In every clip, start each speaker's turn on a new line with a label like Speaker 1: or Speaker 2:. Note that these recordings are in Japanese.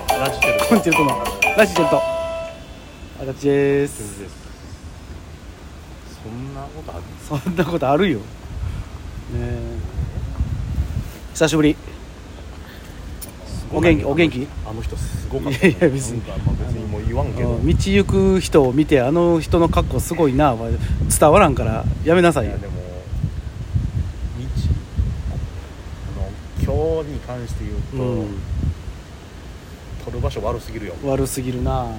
Speaker 1: コンチェルトのラジチェルト足立で
Speaker 2: そ
Speaker 1: す
Speaker 2: そんなことある
Speaker 1: そんなことあるよねえ久しぶり
Speaker 2: す
Speaker 1: お
Speaker 2: ごない
Speaker 1: 元気お元気
Speaker 2: あの人すごかった
Speaker 1: いやいや別に
Speaker 2: なんかまあ別にもう言わん
Speaker 1: あ
Speaker 2: けど
Speaker 1: の道行く人を見てあの人の格好すごいなは伝わらんからやめなさい
Speaker 2: い
Speaker 1: よ
Speaker 2: やでも道あの今日に関して言うと、
Speaker 1: うん
Speaker 2: 取る場所悪すぎるよ、うん、
Speaker 1: 悪すぎるなあの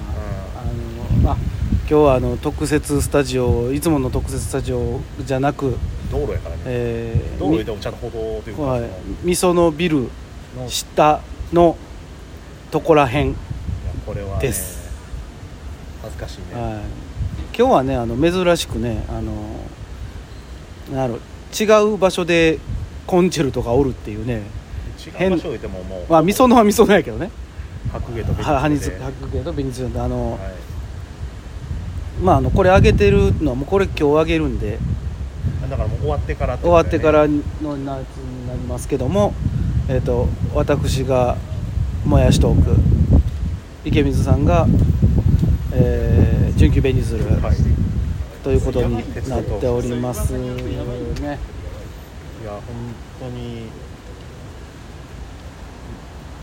Speaker 1: あ今日はあの特設スタジオいつもの特設スタジオじゃなく
Speaker 2: 道路やからね、
Speaker 1: えー
Speaker 2: 道路でもちゃんと歩道というか、
Speaker 1: は
Speaker 2: そ
Speaker 1: い、みそのビル
Speaker 2: ののいや
Speaker 1: 下のとこらへん、
Speaker 2: これは、ね、
Speaker 1: です
Speaker 2: 恥ずかしいね、
Speaker 1: はい、今日はねあの珍しくねあのなんやろ違う場所でコンチェルトがおるっていうね
Speaker 2: 違う場所でももう
Speaker 1: まあみそのはみそのやけどね
Speaker 2: 白毛とベ
Speaker 1: はハニ
Speaker 2: ニス
Speaker 1: ス
Speaker 2: で
Speaker 1: ハックゲートベニズあの、
Speaker 2: はい
Speaker 1: まああのこれ上げてるのはもうこれ今日上げるんで
Speaker 2: だからもう終わってから
Speaker 1: 終わってかららの夏になりますけども、えー、と私がもやしトーク池水さんが、えー、準急ベニズル、
Speaker 2: はい
Speaker 1: ということになっております
Speaker 2: い
Speaker 1: ね。
Speaker 2: や本当に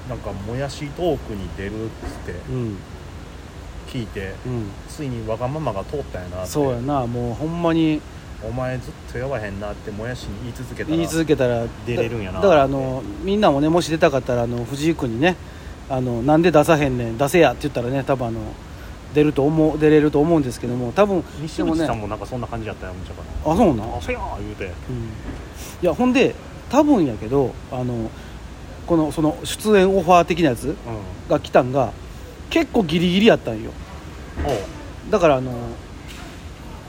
Speaker 2: なんかもやしトークに出るっつって
Speaker 1: うん
Speaker 2: 聞いて
Speaker 1: う
Speaker 2: ついにわがままが通ったんやなっ
Speaker 1: ん、
Speaker 2: て
Speaker 1: そうやなもうほんまに
Speaker 2: お前ずっとやばへんなってもやしに言い続けたら
Speaker 1: 言い続けたら
Speaker 2: 出れるんやな
Speaker 1: だだからあのみんなもねもし出たかったらあの藤井君にねあのなんで出さへんねん出せやって言ったらね多分あの出ると思う出れると思うんですけども多分
Speaker 2: 西
Speaker 1: でも
Speaker 2: 口
Speaker 1: ね
Speaker 2: さんもなんかそんな感じやったんやんちゃうか
Speaker 1: あそうなん
Speaker 2: なあせやー言うて
Speaker 1: うんいやほんで多分やけどあのこのその出演オファー的なやつ
Speaker 2: うん
Speaker 1: が来たんが結構ギリギリやったんよ
Speaker 2: おう
Speaker 1: だからあの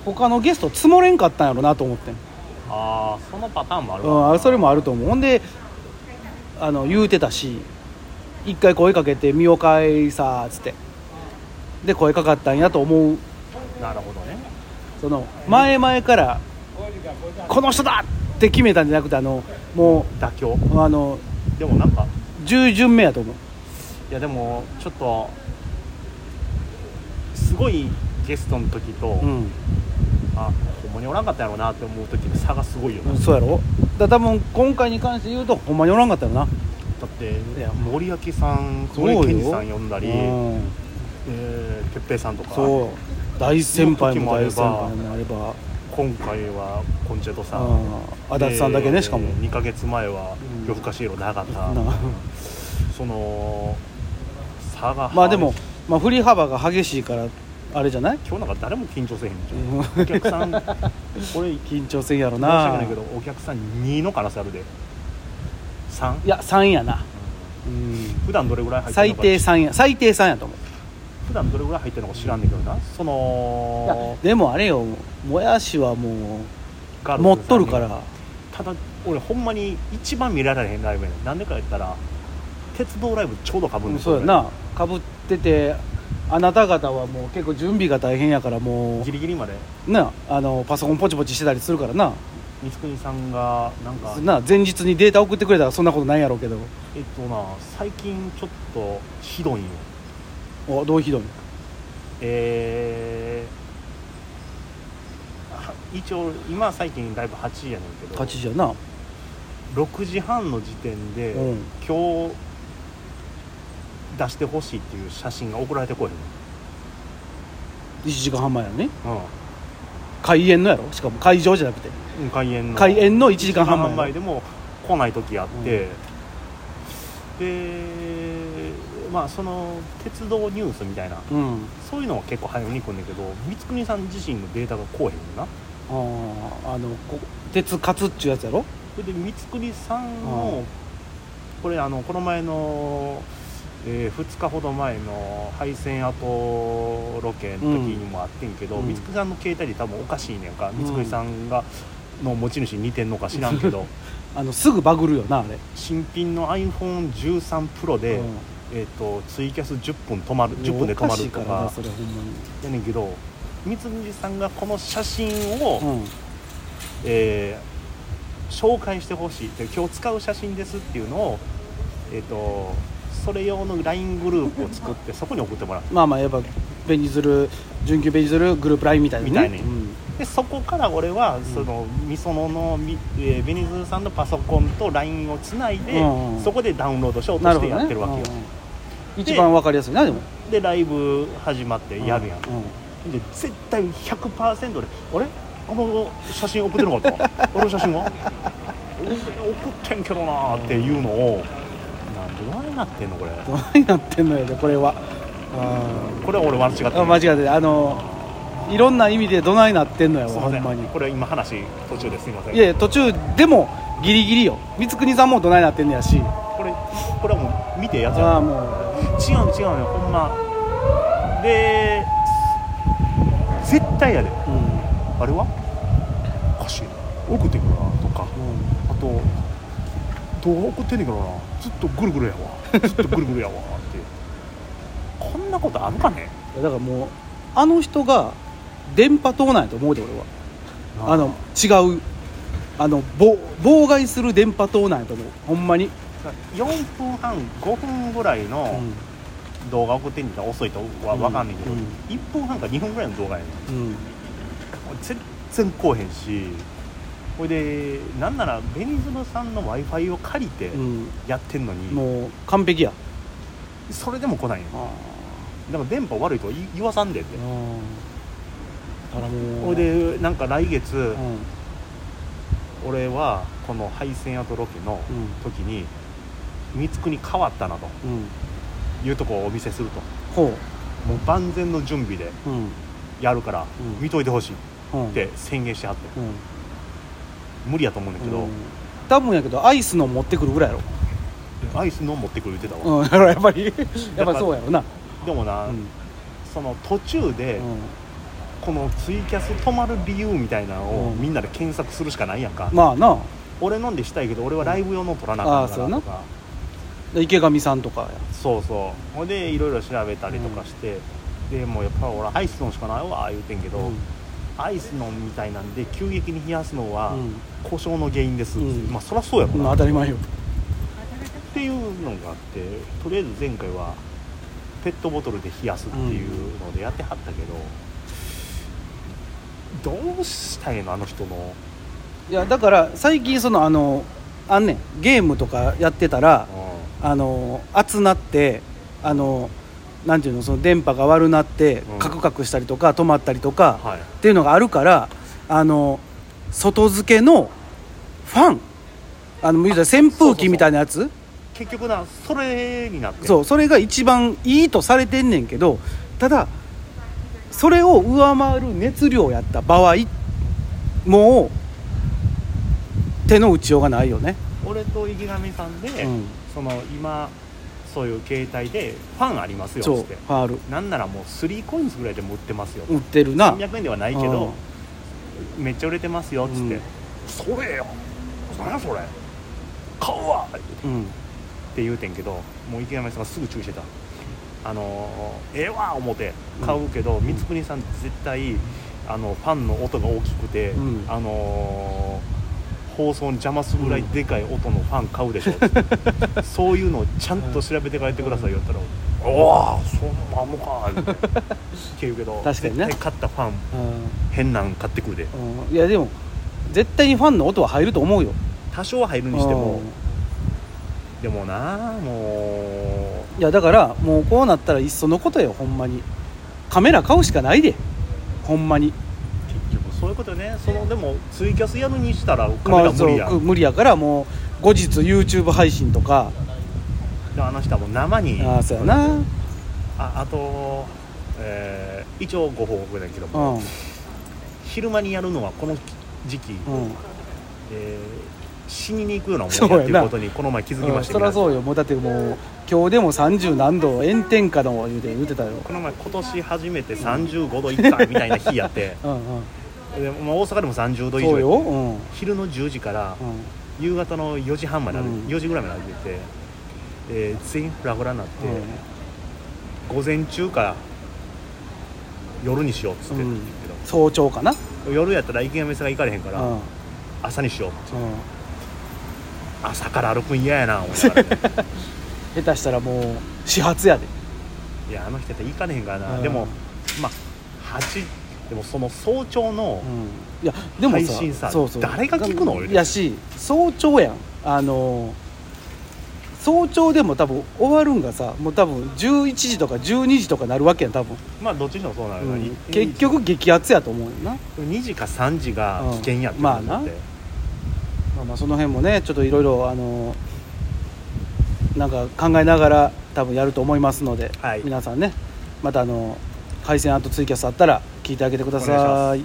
Speaker 1: 他のゲスト積もれんかったんやろなと思ってん、
Speaker 2: ああそのパターンもある
Speaker 1: うん、
Speaker 2: わ
Speaker 1: あそれもあると思うほんであの言うてたし一回声かけて「見ようかいさ」っつってで声かかったんやと思う
Speaker 2: なるほどね
Speaker 1: その前々からこの人だって決めたんじゃなくてあのも
Speaker 2: 妥協
Speaker 1: うあの
Speaker 2: でもなんか
Speaker 1: 10巡目やと思う
Speaker 2: いやでもちょっとすごいゲストの時と、
Speaker 1: うん、
Speaker 2: あほんまにおらんかったやろうなって思う時の差がすごいよな、だ
Speaker 1: そうやろだ多分今回に関して言うとほんまにおらんかったよな
Speaker 2: って
Speaker 1: いや
Speaker 2: 森脇さん
Speaker 1: そうよ
Speaker 2: 森健二さん呼んだり
Speaker 1: うん
Speaker 2: えー哲平さんとか
Speaker 1: そう大先輩も大先輩もあれば
Speaker 2: 今回はコンチェルトさん
Speaker 1: うん足立さんだけねしかも、
Speaker 2: 2ヶ月前は
Speaker 1: うん
Speaker 2: 夜更かし色永田、
Speaker 1: な
Speaker 2: その差が
Speaker 1: まあでも、まあ、振り幅が激しいからあれじ ゃない
Speaker 2: 今日なんか誰も緊張せへんじゃん
Speaker 1: うん
Speaker 2: お客 さんこれ
Speaker 1: 緊張せんやろ
Speaker 2: 申し訳
Speaker 1: な
Speaker 2: ないけどお客さん2の可能性あるで3
Speaker 1: いや3やな、うん、
Speaker 2: 普段どれぐらい入ってる
Speaker 1: 最
Speaker 2: のか
Speaker 1: 低3や最低3やと思う
Speaker 2: 普段どれぐらい入ってるのか知らんねんけどなそ
Speaker 1: いや
Speaker 2: の
Speaker 1: でもあれよもやしはも
Speaker 2: ガ
Speaker 1: う
Speaker 2: ールズさ
Speaker 1: 持
Speaker 2: ん
Speaker 1: っ
Speaker 2: に
Speaker 1: とるから
Speaker 2: ただ俺ほんまに一番見られへんライブやねんなんでか言ったら鉄道ライブちょうどかぶんねん
Speaker 1: そうやなかぶっててあなた方はもう結構準備が大変やからもう
Speaker 2: ギリギリまで
Speaker 1: なあのパソコンポチポチしてたりするからな
Speaker 2: 光國さんがなんか
Speaker 1: な前日にデータ送ってくれたらそんなことないやろうけど
Speaker 2: えっとな最近ちょっとひどいんよ
Speaker 1: おどうひどい
Speaker 2: えーは一応今最近ライブ8時やねんけど
Speaker 1: 8時やな
Speaker 2: 6時半の時点で、
Speaker 1: うん
Speaker 2: 今日出してほしいっていう写真が送られてこいへ
Speaker 1: 1時間半前やのね
Speaker 2: んの、
Speaker 1: 開演のやろしかも会場じゃなくて
Speaker 2: うん、開演の
Speaker 1: 開演の1
Speaker 2: 1
Speaker 1: 時間半前
Speaker 2: でも来ない時あって、でまあその鉄道ニュースみたいな
Speaker 1: うん
Speaker 2: そういうのは結構早めに来るんだけど光國さん自身のデータが来おへんねんな
Speaker 1: あーあのこ鉄活っちゅうやつやろ
Speaker 2: それで光國さんのこれあのこの前の、え2日ほど前の配線跡ロケの時にもあってんけど、
Speaker 1: うん
Speaker 2: 光國さんの携帯で多分おかしいねんか
Speaker 1: ん
Speaker 2: 光國さんがの持ち主に似てんのか知らんけ ど
Speaker 1: あのすぐバグるよなあれ、
Speaker 2: 新品の iPhone13Pro で、
Speaker 1: うん
Speaker 2: えっとツイキャス10分止まる10分で止まると
Speaker 1: おかしい
Speaker 2: か
Speaker 1: からなそれほんまに
Speaker 2: やねんけど光國さんがこの写真を、
Speaker 1: うん
Speaker 2: えー紹介してほしいで今日使う写真ですっていうのを、えー、とそれ用の LINE グループを作 ってそこに送ってもらう
Speaker 1: まあまあやっぱベニズル準急ベニズルグループラインみたいなね
Speaker 2: みたいに
Speaker 1: うん
Speaker 2: でそこから俺はその、みそのの、みえーベニズルさんのパソコンと LINE をつないで、
Speaker 1: うんうん
Speaker 2: そこでダウンロードしようと
Speaker 1: なる
Speaker 2: し
Speaker 1: ほ
Speaker 2: て
Speaker 1: ど
Speaker 2: や
Speaker 1: ね
Speaker 2: ってるわけよ、
Speaker 1: うんうん一番わかりやすいなでも
Speaker 2: でライブ始まってやるやん、
Speaker 1: う
Speaker 2: で絶対100%で「あれあの写真送ってなか った俺の写真は送ってんけどな」っていうのをなんでどないなってんのこれ
Speaker 1: どうになってんのよねこれはうん
Speaker 2: これは俺間違ってる
Speaker 1: あ間違ってないあのいろんな意味でどないなってんのよ
Speaker 2: すい
Speaker 1: ほ
Speaker 2: ませ
Speaker 1: んま
Speaker 2: ん
Speaker 1: に
Speaker 2: これ今話途中ですいません
Speaker 1: いやいや途中でもギリギリよ光国さんもどないなってんのやし
Speaker 2: これこれはもう見てやつ
Speaker 1: あ
Speaker 2: や
Speaker 1: あも
Speaker 2: 違う違うよほんまで絶対やで
Speaker 1: ううん
Speaker 2: あれはおかしいな送ってくるなとか
Speaker 1: うん
Speaker 2: あと動画送ってんねんけどなずっとぐるぐるやわずっとぐるぐるやわって こんなことあるかね
Speaker 1: いやだからもうあの人が電波塔なんやと思うで俺はあの違うあのぼ妨害する電波塔なんやと思うほんまに、
Speaker 2: 4分半5分ぐらいの
Speaker 1: う
Speaker 2: 動画送ってんねんから遅いとは
Speaker 1: うん
Speaker 2: 分かんねんけど、
Speaker 1: うん
Speaker 2: 1分半か2分ぐらいの動画やねん
Speaker 1: んうん、
Speaker 2: 全然来おへんしほいでなんならベニズムさんの w i f i を借りて
Speaker 1: うん
Speaker 2: やってんのに、
Speaker 1: もう完璧や
Speaker 2: それでも来ないん
Speaker 1: あ
Speaker 2: だから電波悪いとは言い言わさんでって
Speaker 1: あうんだからもう
Speaker 2: ほいでなんか来月、
Speaker 1: うんうん
Speaker 2: 俺はこの配線跡ロケの時に三つ国変わったなと
Speaker 1: うん
Speaker 2: いうとこをお見せすると
Speaker 1: ほ
Speaker 2: もう万全の準備で
Speaker 1: ううん
Speaker 2: やるから
Speaker 1: うん
Speaker 2: 見といてほしい
Speaker 1: うん
Speaker 2: って宣言してはって
Speaker 1: うん
Speaker 2: 無理やと思うんだけど、
Speaker 1: うん多分やけどアイスの持ってくるぐらいや
Speaker 2: アイスの持ってくる言ってたわ、
Speaker 1: ろうんだからやっぱりやっぱそうやろな
Speaker 2: でも
Speaker 1: う
Speaker 2: な、
Speaker 1: ん
Speaker 2: その途中で
Speaker 1: うん
Speaker 2: このツイキャス止まる理由みたいなのを
Speaker 1: うん
Speaker 2: みんなで検索するしかないやんか、
Speaker 1: まあな
Speaker 2: 俺飲んでしたいけど俺はライブ用の取らなあかった
Speaker 1: うん
Speaker 2: な
Speaker 1: あー
Speaker 2: とか、
Speaker 1: 池上さんとかや
Speaker 2: そうそうほんでいろいろ調べたりとかして、でもうやっぱ俺アイス飲むしかないわ言うてんけど、
Speaker 1: うん
Speaker 2: アイスのみたいなんで急激に冷やすのは
Speaker 1: うん
Speaker 2: 故障の原因です、
Speaker 1: うん
Speaker 2: まあそりゃそうやろ
Speaker 1: うん
Speaker 2: な、
Speaker 1: 当
Speaker 2: った
Speaker 1: り前よ
Speaker 2: ていうのがあってとりあえず前回はペットボトルで冷やすっていうのでやってはったけど、どうしたいのあの人の
Speaker 1: いやだから最近そのあのあんねんゲームとかやってたらあの熱なってあのなんていうのその電波が悪なって
Speaker 2: うん
Speaker 1: カクカクしたりとか止まったりとか、
Speaker 2: はい
Speaker 1: っていうのがあるからあの外付けのファンあの言うたら扇風機みたいなやつ
Speaker 2: 結局なそれになって
Speaker 1: そうそれが一番いいとされてんねんけどただそれを上回る熱量やった場合もう手の打ちようがないよね。
Speaker 2: 俺と池上さんで、
Speaker 1: うん
Speaker 2: その今そういう携帯でファンありますよ
Speaker 1: そ
Speaker 2: っ
Speaker 1: う
Speaker 2: つっ
Speaker 1: フ
Speaker 2: て
Speaker 1: ァール
Speaker 2: なんならもう 3COINS ぐらいでも売ってますよ
Speaker 1: 売ってるな
Speaker 2: 300円ではないけどめっちゃ売れてますよっつって、
Speaker 1: うん
Speaker 2: それよ何やそれ買うわっ
Speaker 1: うんうん
Speaker 2: て言うてんけどもう池上さんがすぐ注意してたあのーええわ思て買うけど、光國さん絶対あのファンの音が大きくて、
Speaker 1: うん
Speaker 2: あのー放送に邪魔するぐらいでかい音のファン買う でしょっつって、そういうのをちゃんと調べて帰ってくださいよって言ったら「おおそんなもんか」 って言うけど
Speaker 1: 確かにね
Speaker 2: 絶対買ったファン変なん買ってくるで
Speaker 1: うんいやでも絶対にファンの音は入ると思うよ
Speaker 2: 多少は入るにしてもでもなあも
Speaker 1: うんいやだからもうこうなったらいっそのことよほんまにカメラ買うしかないでほんまに
Speaker 2: う結局そういうことよねそのでもツイキャスやるにしたらカメ
Speaker 1: ま
Speaker 2: ラ
Speaker 1: あ
Speaker 2: 無
Speaker 1: そう
Speaker 2: 理や、
Speaker 1: く無理やからもう後日 YouTube 配信とか
Speaker 2: であの人はもう生に
Speaker 1: ああそうやなうん
Speaker 2: ああと、えー一応ご報告だけども、昼間にやるのはこの時期、
Speaker 1: うん
Speaker 2: えー死にに行くようなもんやっ
Speaker 1: そう
Speaker 2: て
Speaker 1: やな
Speaker 2: いうことにこの前気づき
Speaker 1: う
Speaker 2: ま
Speaker 1: ん
Speaker 2: した
Speaker 1: そりゃ
Speaker 2: こ
Speaker 1: そうよもうだってもう今日でも30何度炎天下の言うて言うてたよ
Speaker 2: の前今年初めて35度いったみたいな日やって、
Speaker 1: うんうん
Speaker 2: でまあ大阪でも30度以
Speaker 1: そう
Speaker 2: 上
Speaker 1: よ
Speaker 2: やって
Speaker 1: うんうん
Speaker 2: 昼の10時から夕方の4時半まで、
Speaker 1: うん
Speaker 2: 4時ぐらいまで歩いてて、えー全員フラフラになって、
Speaker 1: うん
Speaker 2: 午前中から夜にしようっつって
Speaker 1: う
Speaker 2: 言
Speaker 1: ん
Speaker 2: ってた
Speaker 1: 早朝かな
Speaker 2: けど、夜やったら池上さんが行かれへんから、
Speaker 1: うん
Speaker 2: 朝にしようって
Speaker 1: うん
Speaker 2: 朝から歩くん嫌やな思いながら
Speaker 1: 下手したらもう始発やで
Speaker 2: いやあの人やったら行かねへんからな、
Speaker 1: うん
Speaker 2: でもまあ8でもその早朝の
Speaker 1: う、んいやでも
Speaker 2: 配
Speaker 1: さ
Speaker 2: 信さ
Speaker 1: そうそう
Speaker 2: 誰が聞くの
Speaker 1: やし早朝やんあのー早朝でも多分終わるんがさもう多分11時とか12時とかなるわけやん多分、
Speaker 2: まあどっちにもそうなる
Speaker 1: う
Speaker 2: な、
Speaker 1: ん
Speaker 2: い
Speaker 1: 結局激アツやと思うよな、
Speaker 2: 2時か3時が危険やってことになって、
Speaker 1: うんままあ、まあその辺もねちょっといろいろあのーなんか考えながら多分やると思いますので、
Speaker 2: はい
Speaker 1: 皆さんねまたあのー配線アートツイキャスあったら聞いてあげてくだ
Speaker 2: お願
Speaker 1: さ
Speaker 2: い
Speaker 1: い